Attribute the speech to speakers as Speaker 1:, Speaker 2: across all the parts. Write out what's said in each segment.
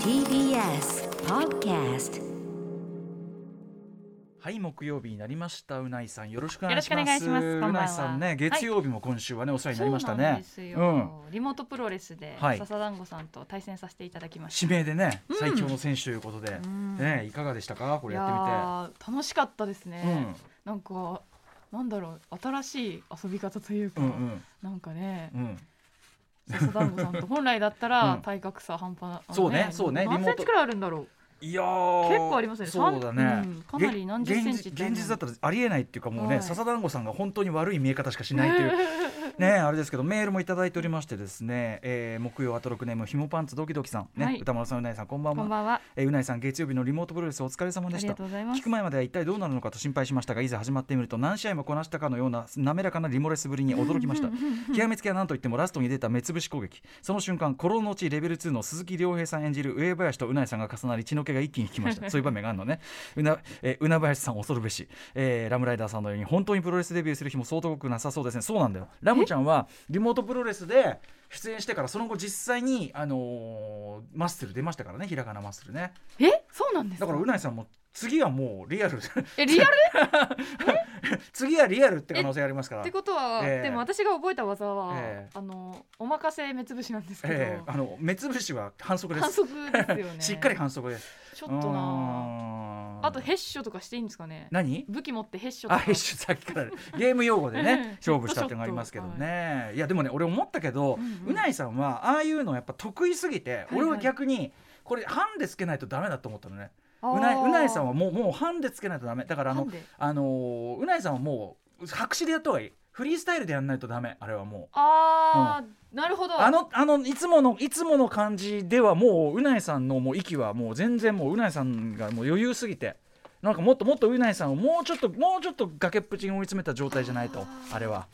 Speaker 1: TBS Podcast
Speaker 2: はい木曜日になりましたうないさんよろしくお
Speaker 3: よ
Speaker 2: 願い
Speaker 3: ろし
Speaker 2: し
Speaker 3: くお
Speaker 2: ま
Speaker 3: 願い
Speaker 2: す
Speaker 3: しますこんばんは
Speaker 2: うないさんね月曜日も今週はね、お世話になりましたね
Speaker 3: そうなんですよ、
Speaker 2: うん
Speaker 3: リモートプロレスで
Speaker 2: はい
Speaker 3: 笹団子さんと対戦させていただきまし
Speaker 2: 指名でね
Speaker 3: うん
Speaker 2: 最強の選手ということで、
Speaker 3: うん
Speaker 2: ねいかがでしたかこ
Speaker 3: た。
Speaker 2: れやっ
Speaker 3: いやー楽しかったです
Speaker 2: て
Speaker 3: ね。
Speaker 2: みて、うん
Speaker 3: なんかなんだろう新しい遊び方というか、
Speaker 2: うんうん
Speaker 3: なんかね
Speaker 2: うん
Speaker 3: 笹団子さんと本来だった
Speaker 2: う
Speaker 3: ら
Speaker 2: ん
Speaker 3: 体格差半端な、あの
Speaker 2: そうねそうねリ
Speaker 3: 何
Speaker 2: モ
Speaker 3: セ
Speaker 2: ー
Speaker 3: ン
Speaker 2: ト
Speaker 3: チくらいあるんだろう。
Speaker 2: いやー
Speaker 3: 結構ありますよね
Speaker 2: そうだね、
Speaker 3: うんかなり何十
Speaker 2: げ
Speaker 3: センチって
Speaker 2: 現実現実だったらありえないっていうかもうね、
Speaker 3: はい
Speaker 2: 笹団子さんが本当に悪い見え方しかしないと いうねあれですけどメールもいただいておりましてですね、えー木曜アトロクネームひもパンツドキドキさんね、
Speaker 3: はい
Speaker 2: 歌丸さんうないさんこんばん
Speaker 3: こ
Speaker 2: は
Speaker 3: んばんは。
Speaker 2: えーうないさん月曜日のリモートプロレスお疲れ様
Speaker 3: あ
Speaker 2: でし
Speaker 3: り
Speaker 2: た
Speaker 3: がとうございます
Speaker 2: 聞く。前までは一体どうなるのかと心配しましたがいざ始まってみると何試合もこなしたかのような滑らかなリモレスぶりに驚きました極めつけは何といってもラストに出た目つぶし攻撃その瞬間心の内レベル2の鈴木亮平さん演じる上林とうないさんが重なり血の気が一気に引きましたそういう場面があるのねうな、えーうな林さん恐るべし、えーラムライダーさんのように本当にプロレスデビューする日も相当多くなさそうですねそうなんだよラムちゃんはリモートプロレスで出演してからその後実際に、あのーマッスル出ましたからねひらがなマッスルね
Speaker 3: えそうなんです
Speaker 2: だからうないさんも次はもうリアル
Speaker 3: えリアル
Speaker 2: 次はリアルって可能性ありますか
Speaker 3: っ
Speaker 2: ら
Speaker 3: て。ことは、
Speaker 2: ええ
Speaker 3: でも私が覚えた技は、
Speaker 2: ええ
Speaker 3: あのお任せ目つぶしなんですけど、
Speaker 2: ええあの目つぶしは反則で
Speaker 3: 反
Speaker 2: す。
Speaker 3: 則ですよね。
Speaker 2: しっかり反則です。
Speaker 3: ちょっ
Speaker 2: な
Speaker 3: となあ。あとヘッショとかしていいんですかね。
Speaker 2: 何？
Speaker 3: 武器持ってヘッショと
Speaker 2: あ
Speaker 3: か。
Speaker 2: ヘッシュさっきからゲーム用語で
Speaker 3: うん
Speaker 2: ね勝負したっていうのがありますけど
Speaker 3: ちょっと
Speaker 2: ね、い、やでもね俺思ったけど、
Speaker 3: うん
Speaker 2: う
Speaker 3: うん
Speaker 2: ないさんはああいうのやっぱ得意すぎて、
Speaker 3: いはい
Speaker 2: 俺は逆にこれハンデつけないとダメだと思ったのね
Speaker 3: あー
Speaker 2: うないうないさんはもうもうハンデつけないとダメだからあ
Speaker 3: な
Speaker 2: の
Speaker 3: んで
Speaker 2: あのーうないさんはもう白紙でやった方がいいフリースタイルでやんないとダメあれはもう
Speaker 3: あー、なるほど。
Speaker 2: あのあのいつものいつもの感じではもううないさんのもう息はもう全然もううないさんがもう余裕すぎてなんかもっともっとうないさんをもうちょっともうちょっと崖っぷちに追い詰めた状態じゃないとあれは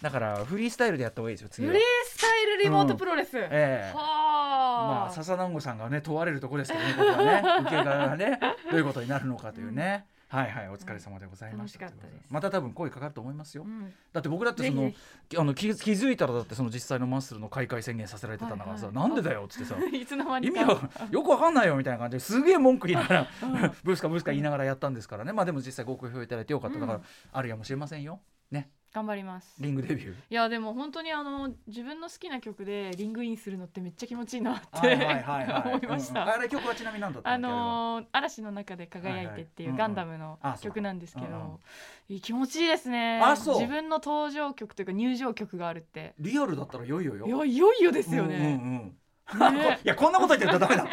Speaker 2: だからフリースタイルでやった方がいいですよ
Speaker 3: フ
Speaker 2: 次
Speaker 3: リ
Speaker 2: は
Speaker 3: ー。スタイルリモートプロレス。は
Speaker 2: ええまあ
Speaker 3: あ。
Speaker 2: 笹団子さんがね問われるとこですけどねここはね受け側がねどういうことになるのかというね、はいはいお疲れ様でございました,、
Speaker 3: うん楽しかったです
Speaker 2: また多分声かかると思いますよ、
Speaker 3: うん
Speaker 2: だって僕だってその
Speaker 3: ぜ
Speaker 2: あの気づ気づいたらだってその実際のマッスルの開会宣言させられてたんだからさ、
Speaker 3: はいはい
Speaker 2: なんでだよっつってさ
Speaker 3: いつの間
Speaker 2: 意
Speaker 3: にか。
Speaker 2: 味はよくわかんないよみたいな感じですげえ文句言いながら ブスカブスカ言いながらやったんですからねまあでも実際ご好評いただいてよかっただから、
Speaker 3: うん
Speaker 2: あるやもしれませんよね
Speaker 3: 頑張ります。
Speaker 2: リングデビュー。
Speaker 3: いやでも本当にあの自分の好きな曲でリングインするのってめっちゃ気持ちいいなって 思いまし
Speaker 2: うんあ
Speaker 3: た。
Speaker 2: れ曲はちなみに何だった
Speaker 3: あ
Speaker 2: んだっけ
Speaker 3: のー嵐の中で輝いてってい
Speaker 2: は
Speaker 3: う
Speaker 2: いは
Speaker 3: ガ
Speaker 2: いうんうん
Speaker 3: ンダムの
Speaker 2: あそう
Speaker 3: 曲なんですけ
Speaker 2: うんうん
Speaker 3: ど、いい気持ちいいですね。
Speaker 2: あそう
Speaker 3: 自分の登場曲というか入場曲があるって。
Speaker 2: リアルだったらよいよよ
Speaker 3: いやいよいよですよね。
Speaker 2: うんうんうんあこいやこんなこと言ってるとダメ だ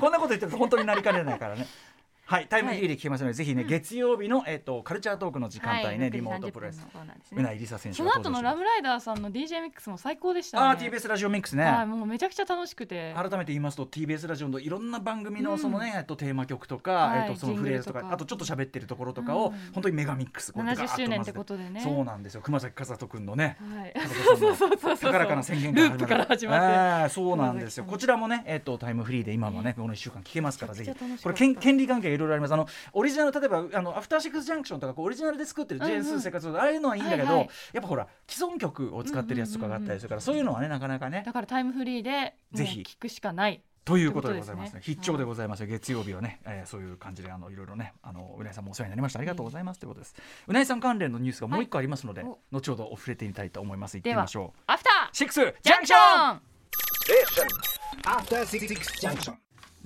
Speaker 2: こんなこと言ってると本当になりかねないからねはいタイムフリーで聞けますので、ぜひね月曜日の、えっとカルチャートークの時間帯ね、
Speaker 3: はい
Speaker 2: リモートプロレス
Speaker 3: 6時30分のコーナーです
Speaker 2: う
Speaker 3: ね
Speaker 2: な。いりさ選手
Speaker 3: そ
Speaker 2: が
Speaker 3: の
Speaker 2: 登場し
Speaker 3: 後のラ
Speaker 2: ます
Speaker 3: ブライダーさんの DJ ミックスも最高でしたね。
Speaker 2: あー TBS ラジオミックスね、
Speaker 3: はい、もうめちゃくちゃ楽しくて。
Speaker 2: 改めて言いますと TBS ラジオのいろんな番組のそのね、えっとテーマ曲とか、
Speaker 3: はい
Speaker 2: えっとそのフレーズとか
Speaker 3: ジングルとか
Speaker 2: あとちょっと喋ってるところとかを、
Speaker 3: うん
Speaker 2: 本当にメガミックスこうガーッ
Speaker 3: 70
Speaker 2: と
Speaker 3: 周年って
Speaker 2: 混
Speaker 3: こ
Speaker 2: ぜ
Speaker 3: とでね。
Speaker 2: そうなんですよ熊崎和人君のね
Speaker 3: はい。
Speaker 2: そうそう
Speaker 3: そうそうそう
Speaker 2: 高らかな宣言
Speaker 3: ループから始まって
Speaker 2: ええそうなんですよ。
Speaker 3: 熊崎さん
Speaker 2: こちらもね、えっ、とタイムフリーで今のね、この一週間聞けますから、ぜひ。
Speaker 3: めちゃくちゃ楽し
Speaker 2: これ
Speaker 3: かった
Speaker 2: 権権利関係がいろいろあります。あのオリジナル例えばあのアフターシックスジャンクションとかこうオリジナルで作ってる
Speaker 3: うんうん
Speaker 2: JS 生活とかああいうのはいいんだけど、
Speaker 3: はいはい
Speaker 2: やっぱほら既存曲を使ってるやつとかがあったりするから、そういうのはねなかなかね
Speaker 3: だからタイムフリーでも
Speaker 2: ぜ
Speaker 3: う
Speaker 2: ひ
Speaker 3: 聞くしかない。
Speaker 2: ということでございますね。
Speaker 3: ってことですね
Speaker 2: 必聴でございますよ。月曜日はね、えーそういう感じであのいろいろね、あのうなぎさんもお世話になりました。ありがとうございます、ということです。うなぎさん関連のニュースがもう一個ありますので、
Speaker 3: はいお
Speaker 2: 後ほどお触れてみたいと思います。行って
Speaker 3: で
Speaker 2: み
Speaker 3: は
Speaker 2: ましょう。
Speaker 3: アフター
Speaker 2: シックスジ
Speaker 3: ジ
Speaker 2: ャン
Speaker 3: ャ
Speaker 2: ク
Speaker 3: ンク
Speaker 2: シ
Speaker 3: シ
Speaker 2: ョン。
Speaker 3: ョン
Speaker 4: After Six Junction.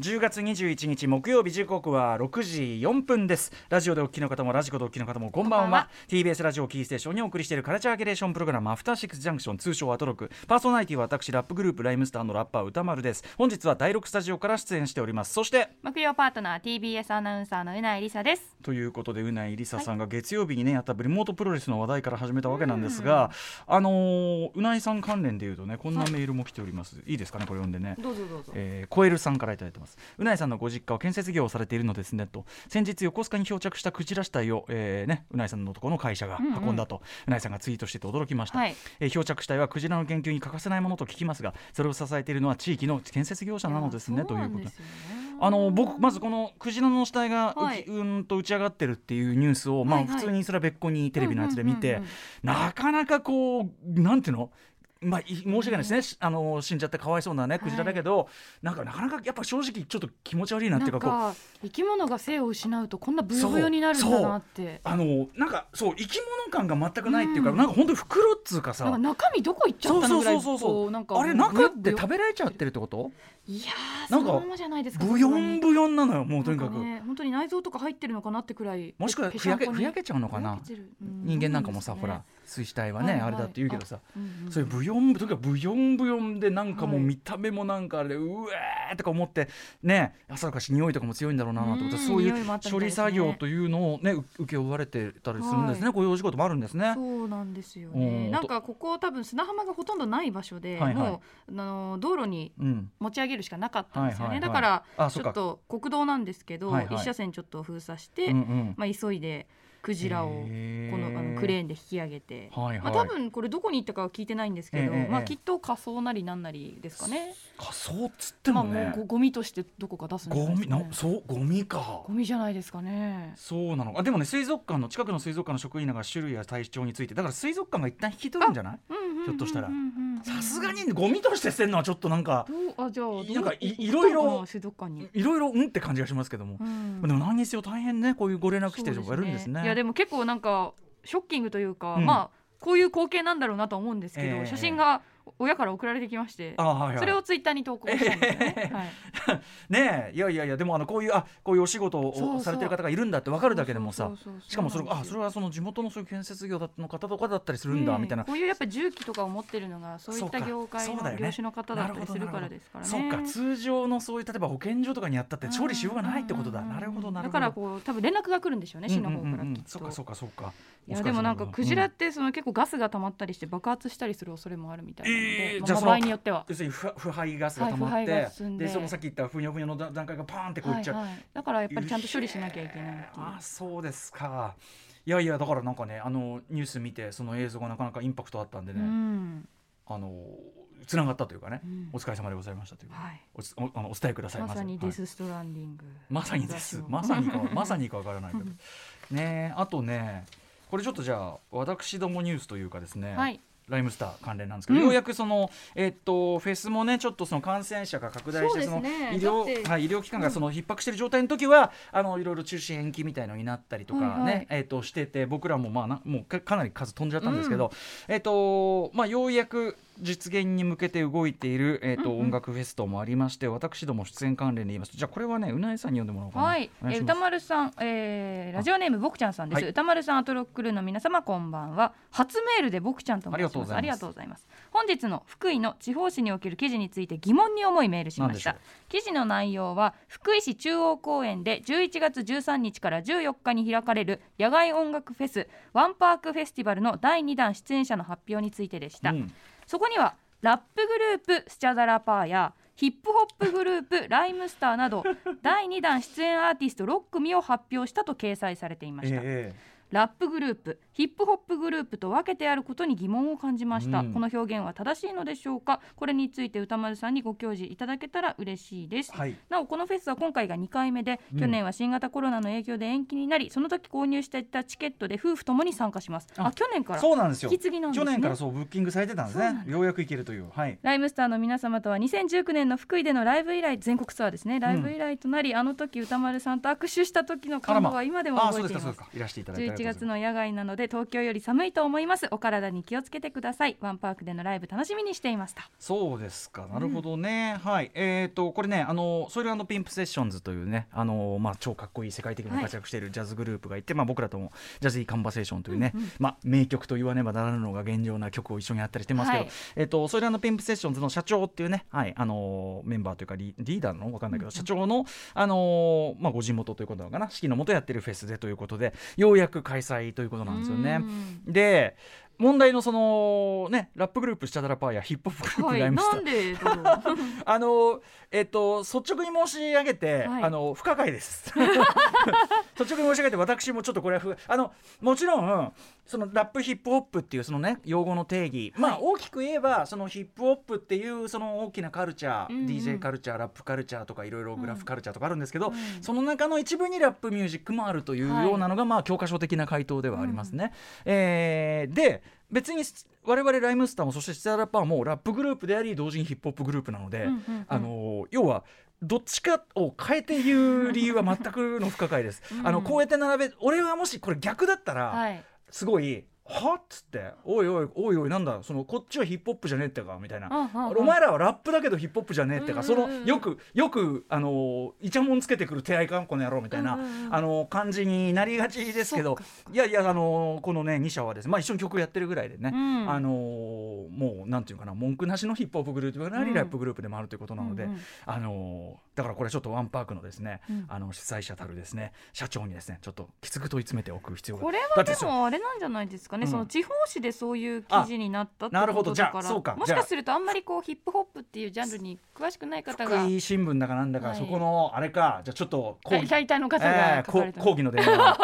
Speaker 2: 10月21日木曜日時刻は6時4分ですラジオでお聞きの方もラジコでお聞きの方もこんばんは
Speaker 3: こんばんは
Speaker 2: TBS ラジオをキーステーションにお送りしているカルチャーキュレーションプログラムアフターシックスジャンクション通称アトロクパーソナリティは私ラップグループライムスターのラッパー歌丸です本日は第6スタジオから出演しておりますそして
Speaker 3: 木曜パートナー TBS アナウンサーのうないりさです。
Speaker 2: ということでうないりささんが月曜日にねやったリモートプロレスの話題から始めたわけなんですが、あのーうないさん関連でいうとねこんなメールも来ております、い、いですかねこれ読んでね
Speaker 3: どうぞどうぞ。
Speaker 2: えー、コエルさんからいただいてますうないさんのご実家は建設業をされているのですねと先日横須賀に漂着したクジラ死体を、えーね、うないさんのところの会社が
Speaker 3: うんうん
Speaker 2: 運んだと、うないさんがツイートしてて驚きました、
Speaker 3: はい
Speaker 2: えー漂着死体はクジラの研究に欠かせないものと聞きますがそれを支えているのは地域の建設業者なのですねということであの僕まずこのクジラの死体が浮き、
Speaker 3: はいう
Speaker 2: ーんと打ち上がってるっていうニュースを、まあ、
Speaker 3: はいはい
Speaker 2: 普通にそれは別個にテレビのやつで見て、
Speaker 3: うんうんうんうん
Speaker 2: なかなかこうなんていうのまあ、い申し訳ないですね、しあの死んじゃってかわいそうなね、クジラだけど、なんかなかなかやっぱ正直、ちょっと気持ち悪いなって
Speaker 3: ない
Speaker 2: うんか、こう
Speaker 3: か生き物が性を失うとこんなブヨブヨになるんだなって
Speaker 2: あのなんかそう生き物感が全くないっていうか、
Speaker 3: うん
Speaker 2: なんか本当に袋っつうか
Speaker 3: なんか
Speaker 2: さ
Speaker 3: 中身どこ行っちゃったのぐらい
Speaker 2: そうそうそう
Speaker 3: こ
Speaker 2: そう
Speaker 3: なんか
Speaker 2: あれ中って食
Speaker 3: べ
Speaker 2: べられちゃってるってこと
Speaker 3: いやー
Speaker 2: なん
Speaker 3: そ
Speaker 2: か
Speaker 3: のままじゃないですか
Speaker 2: ブヨンブヨンなのよもうと
Speaker 3: と
Speaker 2: に
Speaker 3: に
Speaker 2: か
Speaker 3: か
Speaker 2: く、
Speaker 3: く、ね、本当に内臓とか入ってるのかなってくらい
Speaker 2: もしくはふやけふやけちゃうの
Speaker 3: の
Speaker 2: かな人間なんかもさ、ほら水死体はね、
Speaker 3: はいはい
Speaker 2: あれだって言うけどさ
Speaker 3: うんうん
Speaker 2: そういうブヨンとにかくブヨンブヨンでなんかもう
Speaker 3: はい
Speaker 2: 見た目もなんかあれでうえーとか思ってね朝だかし匂いとかも強いんだろうなと思って
Speaker 3: うん
Speaker 2: そうい
Speaker 3: 匂いうもあったみ
Speaker 2: 処
Speaker 3: た
Speaker 2: 理
Speaker 3: いですね
Speaker 2: 作業というのをねう請け負われてたりするんですね、
Speaker 3: は
Speaker 2: こういうお仕事もあるんですね。
Speaker 3: そうなんですよ
Speaker 2: う
Speaker 3: ね
Speaker 2: ん
Speaker 3: なんかここ多分砂浜がほとんどない場所で、
Speaker 2: はいはい
Speaker 3: もうあの道路に
Speaker 2: うん
Speaker 3: 持ち上げるしかなかったんですよね、
Speaker 2: はいはいはい
Speaker 3: だから
Speaker 2: あそっ
Speaker 3: ちょ
Speaker 2: か
Speaker 3: っと国道なんですけど、
Speaker 2: はいはい
Speaker 3: 一車線ちょっと封鎖して、
Speaker 2: うんうん
Speaker 3: まあ、急いでクジラをこのあのクレーンで引き上げて、
Speaker 2: はいはい
Speaker 3: まあ、多分これどこに行ったかは聞いてないんですけど、
Speaker 2: ええええ
Speaker 3: まあ、きっと仮想なりなんなりですかね、
Speaker 2: 仮想っつって
Speaker 3: まあ
Speaker 2: も
Speaker 3: も
Speaker 2: ね
Speaker 3: う、ごゴミとしてどこか出すんじゃ
Speaker 2: ゴ
Speaker 3: ないで
Speaker 2: ミ
Speaker 3: すか、
Speaker 2: な
Speaker 3: ね、
Speaker 2: そうゴミか
Speaker 3: ゴミじゃないですかね。
Speaker 2: そうなのかあでもね水族館の近くの水族館の職員らが種類や体調についてだから水族館が一旦引き取るんじゃないひょっとしたらさすが
Speaker 3: に
Speaker 2: にゴミとして捨てるのはちょっとなんか
Speaker 3: どうあじゃあどう
Speaker 2: なんかいいろいろ
Speaker 3: 行ったのかな水族館に、
Speaker 2: いろいろうんって感じがしますけども、
Speaker 3: うん
Speaker 2: でも何にせよ大変ねこういうご連絡来て
Speaker 3: そう
Speaker 2: やるんですね
Speaker 3: いやでも結構なんかショッキングというか、
Speaker 2: うん
Speaker 3: まあこういう光景なんだろうなと思うんですけど、
Speaker 2: ええ
Speaker 3: 写真が親から送られてきまして、
Speaker 2: あはいはい
Speaker 3: それをツイッターに投稿したんですよね。はい
Speaker 2: ねえいやいやいやでもあのこういうあこういうお仕事
Speaker 3: そうそ
Speaker 2: を
Speaker 3: う
Speaker 2: されてる方がいるんだって分かるだけでもさ
Speaker 3: そうそうそう
Speaker 2: しかもそれ
Speaker 3: うな
Speaker 2: が
Speaker 3: ん
Speaker 2: あ
Speaker 3: です
Speaker 2: そ
Speaker 3: よ
Speaker 2: れはその地元のそういう建設業の方とかだったりするんだ、
Speaker 3: ねえ
Speaker 2: みたいな
Speaker 3: こういうやっぱ重機とかを持ってるのがそうい
Speaker 2: そう
Speaker 3: っ
Speaker 2: か
Speaker 3: た業界
Speaker 2: そ
Speaker 3: の
Speaker 2: うだよね
Speaker 3: 業種の方だったりするからですからね。
Speaker 2: そうか通常のそういう例えば保健所とかにやったって調理しようがないってことだ、
Speaker 3: うんうんうん
Speaker 2: なるほどなるほ
Speaker 3: だ
Speaker 2: ど
Speaker 3: からこう多分連絡が来るんでしょうね市の方から
Speaker 2: うんうんうん
Speaker 3: きっ
Speaker 2: そうかそ
Speaker 3: と。
Speaker 2: うかそうか
Speaker 3: いやでもなんかクジラ
Speaker 2: う
Speaker 3: ってその結構ガスが溜まったりして爆発したりする恐れもあるみたいなの
Speaker 2: えー、
Speaker 3: でまあ
Speaker 2: じゃあ
Speaker 3: まあ
Speaker 2: その
Speaker 3: 場合によっては。
Speaker 2: 要するに腐腐敗ガスが溜ま
Speaker 3: は
Speaker 2: っ
Speaker 3: い
Speaker 2: て、
Speaker 3: 腐敗が進ん
Speaker 2: で
Speaker 3: で
Speaker 2: そのさっき言ったふにょふにょの段段階がパーンってこういっちゃう、
Speaker 3: はいはい、だからやっぱりちゃんと処理しなきゃいけないっていう
Speaker 2: あそうですかいやいやだからなんかねあのニュース見てその映像がなかなかインパクトあったんで
Speaker 3: う
Speaker 2: ね、
Speaker 3: ん、
Speaker 2: あのつながったというかね、
Speaker 3: うん
Speaker 2: お疲れ様でございましたという、
Speaker 3: はい、
Speaker 2: おつおあのお伝えください
Speaker 3: まさに
Speaker 2: ず
Speaker 3: デ
Speaker 2: はい
Speaker 3: スストランディング、
Speaker 2: まさにです
Speaker 3: 私。も
Speaker 2: まさに か、まさにかわからないけど。ねえ、あとね、これちょっとじゃあ、私どもニュースというかですね。
Speaker 3: はい
Speaker 2: ライムスター関連なんですけど、
Speaker 3: うん
Speaker 2: ようやくその、えっと、フェスもね、ちょっとその感染者が拡大して、そ
Speaker 3: そ
Speaker 2: の
Speaker 3: う
Speaker 2: 医
Speaker 3: ですねだっ
Speaker 2: 療、
Speaker 3: て
Speaker 2: はい、医療機関がその逼迫している状態の時は。あの、いろいろ中止延期みたいのになったりとか、
Speaker 3: はいは
Speaker 2: ね
Speaker 3: い、
Speaker 2: えっと、してて、僕らも、まあ、な、もうか、かなり数飛んじゃったんですけど。えっと、まあ、ようやく実現に向けて動いている、えっと、
Speaker 3: うんうん
Speaker 2: 音楽フェストもありまして、私ども出演関連で言いますと。じゃ、あこれはね、うなえさんに読んでもらおうかな。
Speaker 3: はい、
Speaker 2: お願
Speaker 3: え
Speaker 2: し
Speaker 3: ー
Speaker 2: ま
Speaker 3: 歌
Speaker 2: す
Speaker 3: 丸さん、えー、ラジオネームぼくちゃんさんです、
Speaker 2: はい
Speaker 3: 歌丸さんアトロックルーの皆様こんばんは初メールでぼくちゃんと申します
Speaker 2: あ
Speaker 3: あ
Speaker 2: り
Speaker 3: り
Speaker 2: が
Speaker 3: が
Speaker 2: と
Speaker 3: と
Speaker 2: うご
Speaker 3: うございます本日の福井の地方紙における記事について疑問に思いメールしました
Speaker 2: なんで
Speaker 3: 記事の内容は福井市中央公園で11月13日から14日に開かれる野外音楽フェスワンパークフェスティバルの第2弾出演者の発表についてでした、
Speaker 2: うん
Speaker 3: そこにはラップグループスチャダラパーやヒップホップグループライムスター など第2弾出演アーティスト6組を発表したと掲載されていました、
Speaker 2: え
Speaker 3: ラップグループヒップホップグループと分けてあることに疑問を感じました、
Speaker 2: うん
Speaker 3: この表現は正しいのでしょうかこれについて歌丸さんにご教示いただけたら嬉しいです、
Speaker 2: えはい。
Speaker 3: なおこのフェスは今回が2回目で、
Speaker 2: うん
Speaker 3: 去年は新型コロナの影響で延期になりその時購入していたチケットで夫婦ともに参加しますあ
Speaker 2: あ
Speaker 3: 去年から
Speaker 2: そうなんですよ。
Speaker 3: 引き継ぎなんです
Speaker 2: 去
Speaker 3: ね
Speaker 2: 年からそうブッキングされてたんです
Speaker 3: そう
Speaker 2: ね
Speaker 3: な。んだ
Speaker 2: ようやく行けるという。はい。
Speaker 3: ライムスターの皆様とは2019年の福井でのライブ以来全国ツアーですねライブ以来となり、あの時歌丸さんと握手した時の感動は今でも
Speaker 2: あ、そう
Speaker 3: 覚え
Speaker 2: です
Speaker 3: てい
Speaker 2: か、
Speaker 3: ま
Speaker 2: そうですすか。いらしていただいて。
Speaker 3: 11月。の野外なので東京より寒いと思いますお体に気をつけてくださいワンパークでのライブ楽しみにしていました
Speaker 2: そうですか。なるほどね。はい。えっ、とこれね、あのソイルピンプセッションズというね、あのまあ超かっこいい世界的に活躍しているジャズグループがいて、まあ僕らともジャズイカンバセーションというね、まあ名曲と言わねばならぬのが現状な曲を一緒にやったりしてますけど、
Speaker 3: はい
Speaker 2: えっ、とソイルピンプセッションズの社長っていうね、はい、あのメンバーというかリリーダーなのわかんないけど、社長のあのまあご地元ということなのかな、指揮のもとやってるフェスでということで、ようやく開催ということなんですよね。
Speaker 3: うん
Speaker 2: で問題のそのねラップグループシャダラパーやヒップホップグルー
Speaker 3: は
Speaker 2: プライ
Speaker 3: い、
Speaker 2: ムス
Speaker 3: な
Speaker 2: タ
Speaker 3: ん
Speaker 2: ー
Speaker 3: でだ ろう
Speaker 2: あのえっと率直に申し上げて、
Speaker 3: はい
Speaker 2: あの不可 解です率直に申し上げて私もちょっとこれは不あのもちろんそのラップヒップホップっていうそのね用語の定義、まあ大きく言えばそのヒップホップっていうその大きなカルチャー、
Speaker 3: うんうん
Speaker 2: DJ カルチャーラップカルチャーとかいろいろグラフカルチャーとかあるんですけど、その中の一部にラップミュージックもあるというようなのが、まあ教科書的な回答ではありますね。えーで別に我々ライムスターもそしてスターラッパーもラップグループであり同時にヒップホップグループなので、
Speaker 3: うんうんうん
Speaker 2: あの要はどっちかを変えて言う理由は全くの不可解です。
Speaker 3: うん
Speaker 2: あのこうやって並べ俺はもしこれ逆だったら、
Speaker 3: はい
Speaker 2: すごい「はっ?」つって「おいおいおいおいなんだそのこっちはヒップホップじゃねえってか」みたいな。お前らはラップだけどヒップホップじゃねえってか、
Speaker 3: うんうんう
Speaker 2: そ
Speaker 3: ん
Speaker 2: のよくよくあのーイチャモンつけてくる手合いかんこの野郎みたいな、
Speaker 3: うんうんうん
Speaker 2: あのー感じになりがちですけどいやいやあのーこのね2社はですねまあ一緒に曲やってるぐらいでね、
Speaker 3: うん
Speaker 2: あのーもうなんていうかな文句なしのヒップホップグループであり、
Speaker 3: うん
Speaker 2: ラップグループでもあるということなので、
Speaker 3: うんうん
Speaker 2: あのーだからこれちょっとワンパークのですね、
Speaker 3: うん
Speaker 2: あの主催者たるですね社長にですねちょっときつく問い詰めておく必要が
Speaker 3: これ
Speaker 2: だ
Speaker 3: は
Speaker 2: って
Speaker 3: で
Speaker 2: そう
Speaker 3: もあれなんじゃないです
Speaker 2: う
Speaker 3: かね、
Speaker 2: ん
Speaker 3: その地方紙でそういう記事になったって
Speaker 2: あなる
Speaker 3: こ
Speaker 2: ほど
Speaker 3: とだから
Speaker 2: じゃあそうか
Speaker 3: もし
Speaker 2: じゃあ
Speaker 3: かするとあんまりこうヒップホップっていうジャンルに詳しくない方が
Speaker 2: 福井新聞だかなんだか、
Speaker 3: はい
Speaker 2: そこのあれかじゃあちょっと抗
Speaker 3: 大
Speaker 2: 議、
Speaker 3: 体の方
Speaker 2: え
Speaker 3: が
Speaker 2: ー
Speaker 3: 書
Speaker 2: こ
Speaker 3: かれた
Speaker 2: 抗議の電 話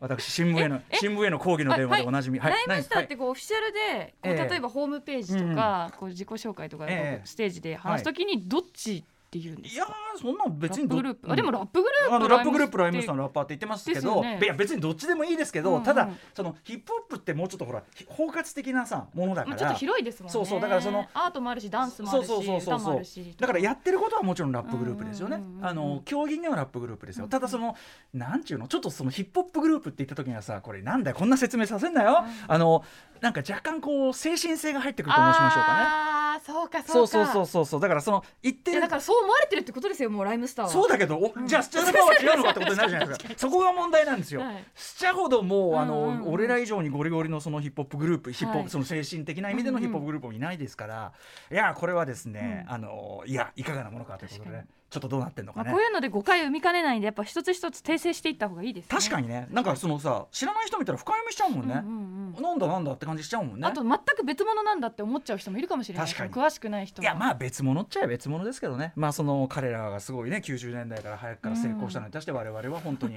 Speaker 2: 私新聞への新聞への抗議の電話でおなじみ、
Speaker 3: ライ
Speaker 2: 何
Speaker 3: ムスターってこうオフィシャルでこう
Speaker 2: ええ
Speaker 3: 例えばホームページとかこう自己紹介とか
Speaker 2: ええ
Speaker 3: ステージで話すときにどっちって言うんで
Speaker 2: い
Speaker 3: す
Speaker 2: や
Speaker 3: か
Speaker 2: ーそんなん
Speaker 3: ラ
Speaker 2: 別に
Speaker 3: ップ
Speaker 2: ど
Speaker 3: グループあでもラップグルー
Speaker 2: あ
Speaker 3: プ
Speaker 2: のラップグループライムスターの
Speaker 3: の
Speaker 2: ラッパーって言ってますけ
Speaker 3: です
Speaker 2: ど、
Speaker 3: よね
Speaker 2: いや別にどっちでもいいですけど、
Speaker 3: うんうん
Speaker 2: ただそのヒップホップってもうちょっとほらひ包括的なさものだか
Speaker 3: ま
Speaker 2: ら、
Speaker 3: あちょっと広いですもんね
Speaker 2: そうそうだからその
Speaker 3: アートもあるしダンスもあ
Speaker 2: そう
Speaker 3: るし
Speaker 2: そうそうそ
Speaker 3: 歌
Speaker 2: う
Speaker 3: も
Speaker 2: そ
Speaker 3: あ
Speaker 2: う
Speaker 3: るし
Speaker 2: だからやってることはもちろんラップグループですよね、
Speaker 3: うんうんうんうん
Speaker 2: あの競技にはラップグループですよ、
Speaker 3: うんうん
Speaker 2: ただそのなんちゅうのちょっとそのヒップホップグループって言った時にはさこれなんだよこんな説明させんなよ、あのなんか若干こう精神性が入ってくると申しましょうかね
Speaker 3: ああそうか
Speaker 2: そ
Speaker 3: そうう
Speaker 2: そう
Speaker 3: か
Speaker 2: そうそうそうだからその言って
Speaker 3: い
Speaker 2: る
Speaker 3: やだからそう思われてるってことですよもうライムスターは
Speaker 2: そうだけど、おじゃあスチャダパは違うのかってことになるじゃないですかそこが問題なんですよ、
Speaker 3: はい
Speaker 2: スチャほどもうあの、
Speaker 3: うんうんうん
Speaker 2: 俺ら以上にゴリゴリのそのヒップホップグループヒップホップ、
Speaker 3: はい
Speaker 2: その精神的な意味でのヒップホップグループもいないですから、いやこれはですね、
Speaker 3: う
Speaker 2: あのいやいかがなものかということで
Speaker 3: 確かに
Speaker 2: ちょっとどうなってんの
Speaker 3: ま
Speaker 2: かね、
Speaker 3: あこういうので誤解を生みかねないんでやっぱ一つ一つ訂正していった方がいいですね
Speaker 2: 確かにねなんかそのさ知らない人見たら深読みしちゃうもんね、
Speaker 3: うんうんうん
Speaker 2: なんだなんだって感じしちゃうもんね
Speaker 3: あと全く別物なんだって思っちゃう人もいるかもしれない
Speaker 2: 確かに
Speaker 3: 詳しく ない人も
Speaker 2: いやまあ別物っちゃ別物ですけどねまあその彼らがすごいね90年代から早くから成功したのに対して我々は本当に、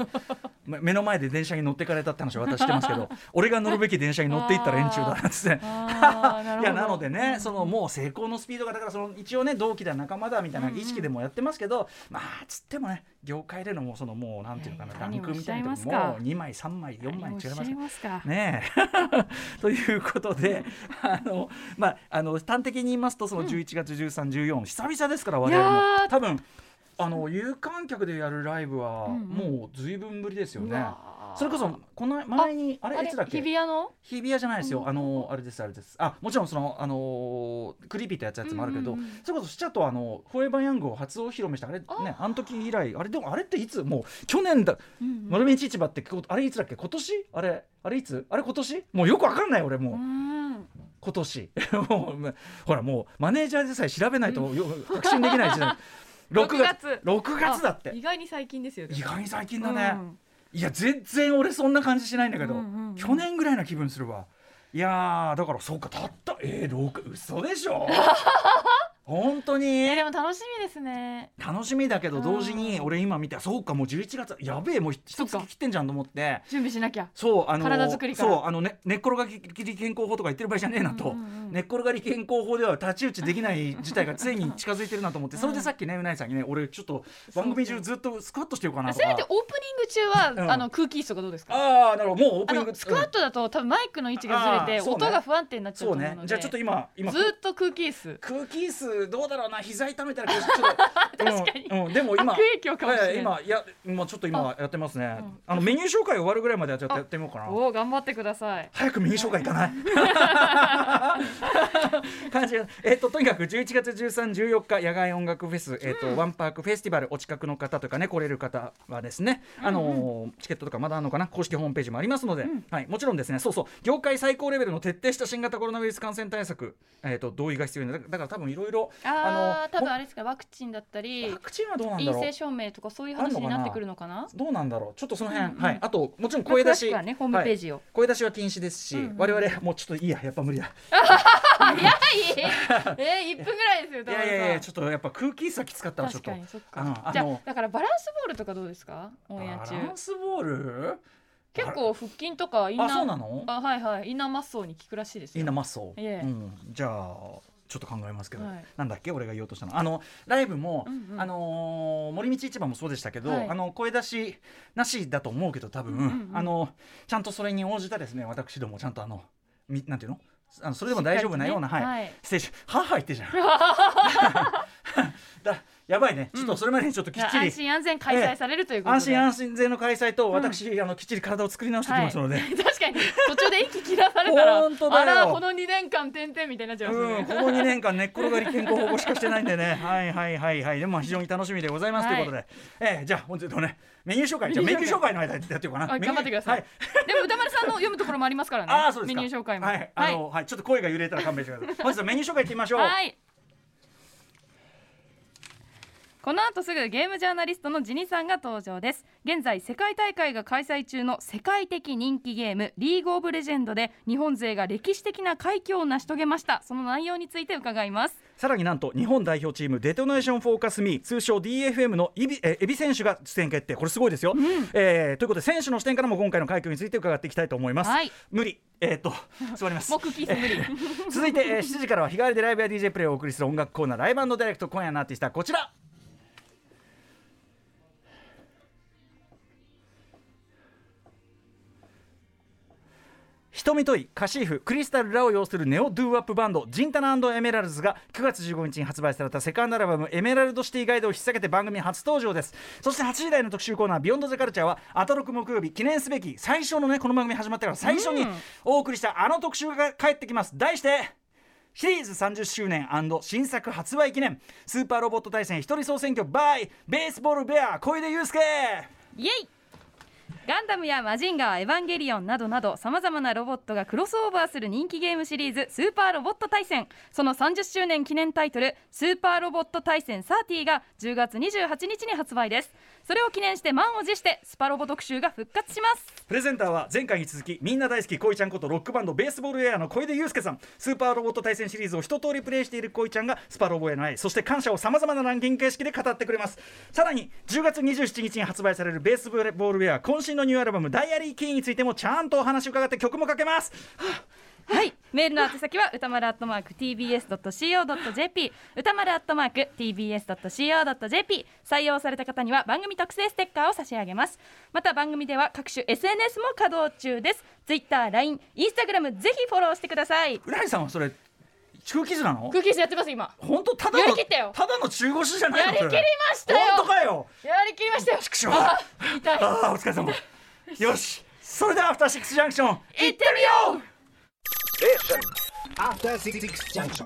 Speaker 2: ま目の前で電車に乗ってかれたって話は私してますけ ど俺が乗るべき電車に乗っていった連中だなんつって。
Speaker 3: あーなる
Speaker 2: い
Speaker 3: ほど
Speaker 2: やなのでね、そのもう成功のスピードがだからその一応ね同期だ仲間だみたいな意識でもやってますけど、まあつってもね業界でのもうそのもうなんていうのかなラ
Speaker 3: いや
Speaker 2: ンクみたいなの
Speaker 3: 何をおっしゃいます
Speaker 2: も
Speaker 3: か
Speaker 2: もう2枚3枚4枚違います
Speaker 3: 何を
Speaker 2: か
Speaker 3: おっ
Speaker 2: ら
Speaker 3: しゃいますか
Speaker 2: ねえ ということであの、まあ、あの端的に言いますとその11月1314、久々ですから我
Speaker 3: い
Speaker 2: 々も
Speaker 3: やー
Speaker 2: 多分あの有観客でやるライブは
Speaker 3: うんうん
Speaker 2: もう随分ぶりですよ
Speaker 3: う
Speaker 2: ね。
Speaker 3: わー
Speaker 2: それこそこの前にあれ
Speaker 3: あ
Speaker 2: い
Speaker 3: れ
Speaker 2: つだっけ
Speaker 3: 日比谷の
Speaker 2: 日比谷じゃないですよ、あのあれですあれですあもちろんそのあのークリーピーってやつやつもあるけど、
Speaker 3: うんうんうん
Speaker 2: それこそシチャとあのフォーエバーヤングを初お披露目したあれねあの時以来あれでもあれっていつもう去年だ丸道市場ってこあれいつだっけ今年あれあれいつあれ今年もうよくわかんない俺もう、
Speaker 3: うん
Speaker 2: 今年 もうほらもうマネージャーでさえ調べないとよ確信できない時 代6月
Speaker 3: 6月
Speaker 2: 6月だっ
Speaker 3: あ
Speaker 2: て
Speaker 3: 意外に最近ですよね
Speaker 2: 意外に最近だ
Speaker 3: う
Speaker 2: ね、
Speaker 3: ん
Speaker 2: いや全然俺そんな感じしないんだけど、
Speaker 3: うんうんうん
Speaker 2: 去年ぐらいな気分するわいやーだからそうかたったえー、6嘘でし ょ本当
Speaker 3: い
Speaker 2: に
Speaker 3: やでも楽しみですね
Speaker 2: 楽しみだけど同時に俺今見てそうかもう11月やべえもう一
Speaker 3: そっか
Speaker 2: 月切ってんじゃんと思って
Speaker 3: 準備しなきゃ
Speaker 2: そうあの
Speaker 3: 体作りから
Speaker 2: そうあの、ね、寝っ転がり健康法とか言ってる場合じゃねえなと、
Speaker 3: うんうんうん
Speaker 2: 寝っ転がり健康法では太刀打ちできない事態がついに近づいてるなと思って、それでさっきねうないさんにね俺ちょっと番組中ずっとスクワットしてようかなと
Speaker 3: せめてオー
Speaker 2: か
Speaker 3: プニング中は、
Speaker 2: うん
Speaker 3: あの空気椅子とかどうですか
Speaker 2: ああなるほどもうオー
Speaker 3: あ
Speaker 2: プニン
Speaker 3: の
Speaker 2: グ
Speaker 3: スクワットだと多分マイクの位置がずれ
Speaker 2: あー
Speaker 3: て、
Speaker 2: そうね
Speaker 3: 音が不安定になっちゃう
Speaker 2: そ
Speaker 3: と
Speaker 2: う
Speaker 3: 思うの
Speaker 2: ね
Speaker 3: で、
Speaker 2: じゃあちょっと今今
Speaker 3: ずーっと空気椅子
Speaker 2: 空気椅子どうだろうな膝痛めたらちょっ と確
Speaker 3: かに
Speaker 2: うんうん、でも今
Speaker 3: 悪影響かもしれな
Speaker 2: や
Speaker 3: い
Speaker 2: や今いや今ちょっと今やってますねあ,、
Speaker 3: うん
Speaker 2: のメニュー紹介終わるぐらいまでやってやってみようかな
Speaker 3: おお頑張ってください
Speaker 2: 早くメニュー紹介行かない感じがえっととにかく11月1314日野外音楽フェス、えっとワンパークフェスティバルお近くの方とかね来れる方はですね、あのーチケットとかまだあるのかな公式ホームページもありますので、はい、もちろんですねそうそう業界最高レベルの徹底した新型コロナウイルス感染対策、えっと同意が必要になるだから多分いろいろ
Speaker 3: ああ多分
Speaker 2: も
Speaker 3: あれですかワクチンだったり
Speaker 2: ワクチンはどうなんだ
Speaker 3: 陰
Speaker 2: ろう
Speaker 3: 性証明とかそういう
Speaker 2: あん
Speaker 3: 話
Speaker 2: のか
Speaker 3: に
Speaker 2: な
Speaker 3: なってくるのかな
Speaker 2: どうなんだろうちょっとその辺、
Speaker 3: うんうん
Speaker 2: はいあともちろん声出し、
Speaker 3: まあ詳しくはねホームページを
Speaker 2: はい声出しは禁止ですし、
Speaker 3: うんうん
Speaker 2: 我々もうちょっといいややっぱ無理だ
Speaker 3: 早い えー、1分ぐらいですよ
Speaker 2: い
Speaker 3: 田
Speaker 2: や
Speaker 3: 村さん
Speaker 2: いやいやちょっとやっぱ空気椅子はきつかったわちょっ
Speaker 3: 確
Speaker 2: と
Speaker 3: かにそっ
Speaker 2: うん
Speaker 3: か
Speaker 2: あ
Speaker 3: じゃ
Speaker 2: の
Speaker 3: あだからバランスボールとかどうですかオンエア
Speaker 2: バ
Speaker 3: 中
Speaker 2: ランスボール
Speaker 3: 結構腹筋とかインナー
Speaker 2: あそうなの
Speaker 3: あはいはいインナーマッソーに効くらしいです
Speaker 2: いい
Speaker 3: よ
Speaker 2: なマッソー、
Speaker 3: ええ
Speaker 2: うん、じゃあちょっと考えますけど、
Speaker 3: はい
Speaker 2: なんだっけ俺が言おうとしたのあのライブも、
Speaker 3: うんうん
Speaker 2: あのー森道市場もそうでしたけど、
Speaker 3: はい
Speaker 2: あの声出しなしだと思うけど多分、
Speaker 3: うんうんうん
Speaker 2: あのちゃんとそれに応じたですね私どもちゃんとあのみなんていうのあのそれでも大丈夫なような、
Speaker 3: しっかりとね
Speaker 2: はい、
Speaker 3: はい
Speaker 2: ステージはは言ってるじゃんだやばいねちょっとそれまでにちょっとき
Speaker 3: じゃ
Speaker 2: っ
Speaker 3: あ
Speaker 2: ちり、
Speaker 3: 安心安全開催されるということで
Speaker 2: 安心安心税の開催と私、あのきっちり体を作り直してきますので、
Speaker 3: 確かに途中で息切らされたら
Speaker 2: ほんとだよ
Speaker 3: あらこの2年間てんてんみたいになっちゃいます
Speaker 2: うん、
Speaker 3: ね
Speaker 2: この2年間寝っ転がり健康保護しかしてないんでね はいはいはいはいでもまあ非常に楽しみでございますということで、ええじゃあ本日のねメニュー紹介じゃあメニュー紹介の間やってようかな
Speaker 3: はい頑張ってください、
Speaker 2: メニューはい
Speaker 3: でも歌丸さんの読むところもありますから ね
Speaker 2: ああそうですか
Speaker 3: メニュー紹介も
Speaker 2: はいあの、はいちょっと声が揺れたら勘弁してくださ い本日のメニュー紹介いってみましょう
Speaker 3: はい。この後すぐゲームジャーナリストのジニさんが登場です現在世界大会が開催中の世界的人気ゲームリーグオブレジェンドで日本勢が歴史的な快挙を成し遂げましたその内容について伺います
Speaker 2: さらになんと日本代表チームデトネーションフォーカスミー通称 DFM のイビえーエビ選手が出演決定これすごいですよ、えーということで選手の視点からも今回の快挙について伺っていきたいと思います、
Speaker 3: はい
Speaker 2: 無理えーっと座ります
Speaker 3: もうクッキーさん無理
Speaker 2: 続いて、えー7時からは日替わりでライブや DJ プレイをお送りする音楽コーナーライブダイレクト今夜のアーティストはこちら瞳といカシーフクリスタル・ラを擁するネオ・ドゥーアップバンドジンタナエメラルズが9月15日に発売されたセカンドアルバム「エメラルド・シティ・ガイド」を引っ提げて番組初登場ですそして8時台の特集コーナー「ビヨンド・ザ・カルチャー」はアトロク木曜日記念すべき最初のねこの番組始まってから最初にお送りしたあの特集が帰ってきます題してシリーズ30周年新作発売記念スーパーロボット対戦一人総選挙 by ベースボールベア小出祐介
Speaker 3: イエイガンダムやマジンガーエヴァンゲリオンなどなどさまざまなロボットがクロスオーバーする人気ゲームシリーズ「スーパーロボット対戦」その30周年記念タイトル「スーパーロボット対戦30」が10月28日に発売ですそれを記念して満を持してスパロボ特集が復活します
Speaker 2: プレゼンターは前回に続きみんな大好き恋ちゃんことロックバンドベースボールエアの小出祐介さんスーパーロボット対戦シリーズを一通りプレイしている恋ちゃんがスパロボへの愛そして感謝をさまざまなランキング形式で語ってくれますさらに10月27日に発売されるベースボールエア渾身のニューアルバム「ダイアリーキー」についてもちゃんとお話を伺って曲もかけます
Speaker 3: はいメールの宛先は歌丸アットマーク TBS.CO.JP 歌丸アットマーク TBS.CO.JP 採用された方には番組特製ステッカーを差し上げますまた番組では各種 SNS も稼働中です Twitter、LINE、Instagram ぜひフォローしてくださいう
Speaker 2: なりさんはそれ空気図なの
Speaker 3: 空気質やってます今
Speaker 2: 本当ただの
Speaker 3: やりきったよ
Speaker 2: ただの中腰じゃないの
Speaker 3: やりきり
Speaker 2: それ
Speaker 3: ましたよ
Speaker 2: 本当かよ
Speaker 3: やりきりましたよ
Speaker 2: ちくしょう
Speaker 3: あ痛い
Speaker 2: ああお疲れ様よしそれではアフターシックスジャンクション
Speaker 3: いってみよう
Speaker 4: Station. After Six Junction.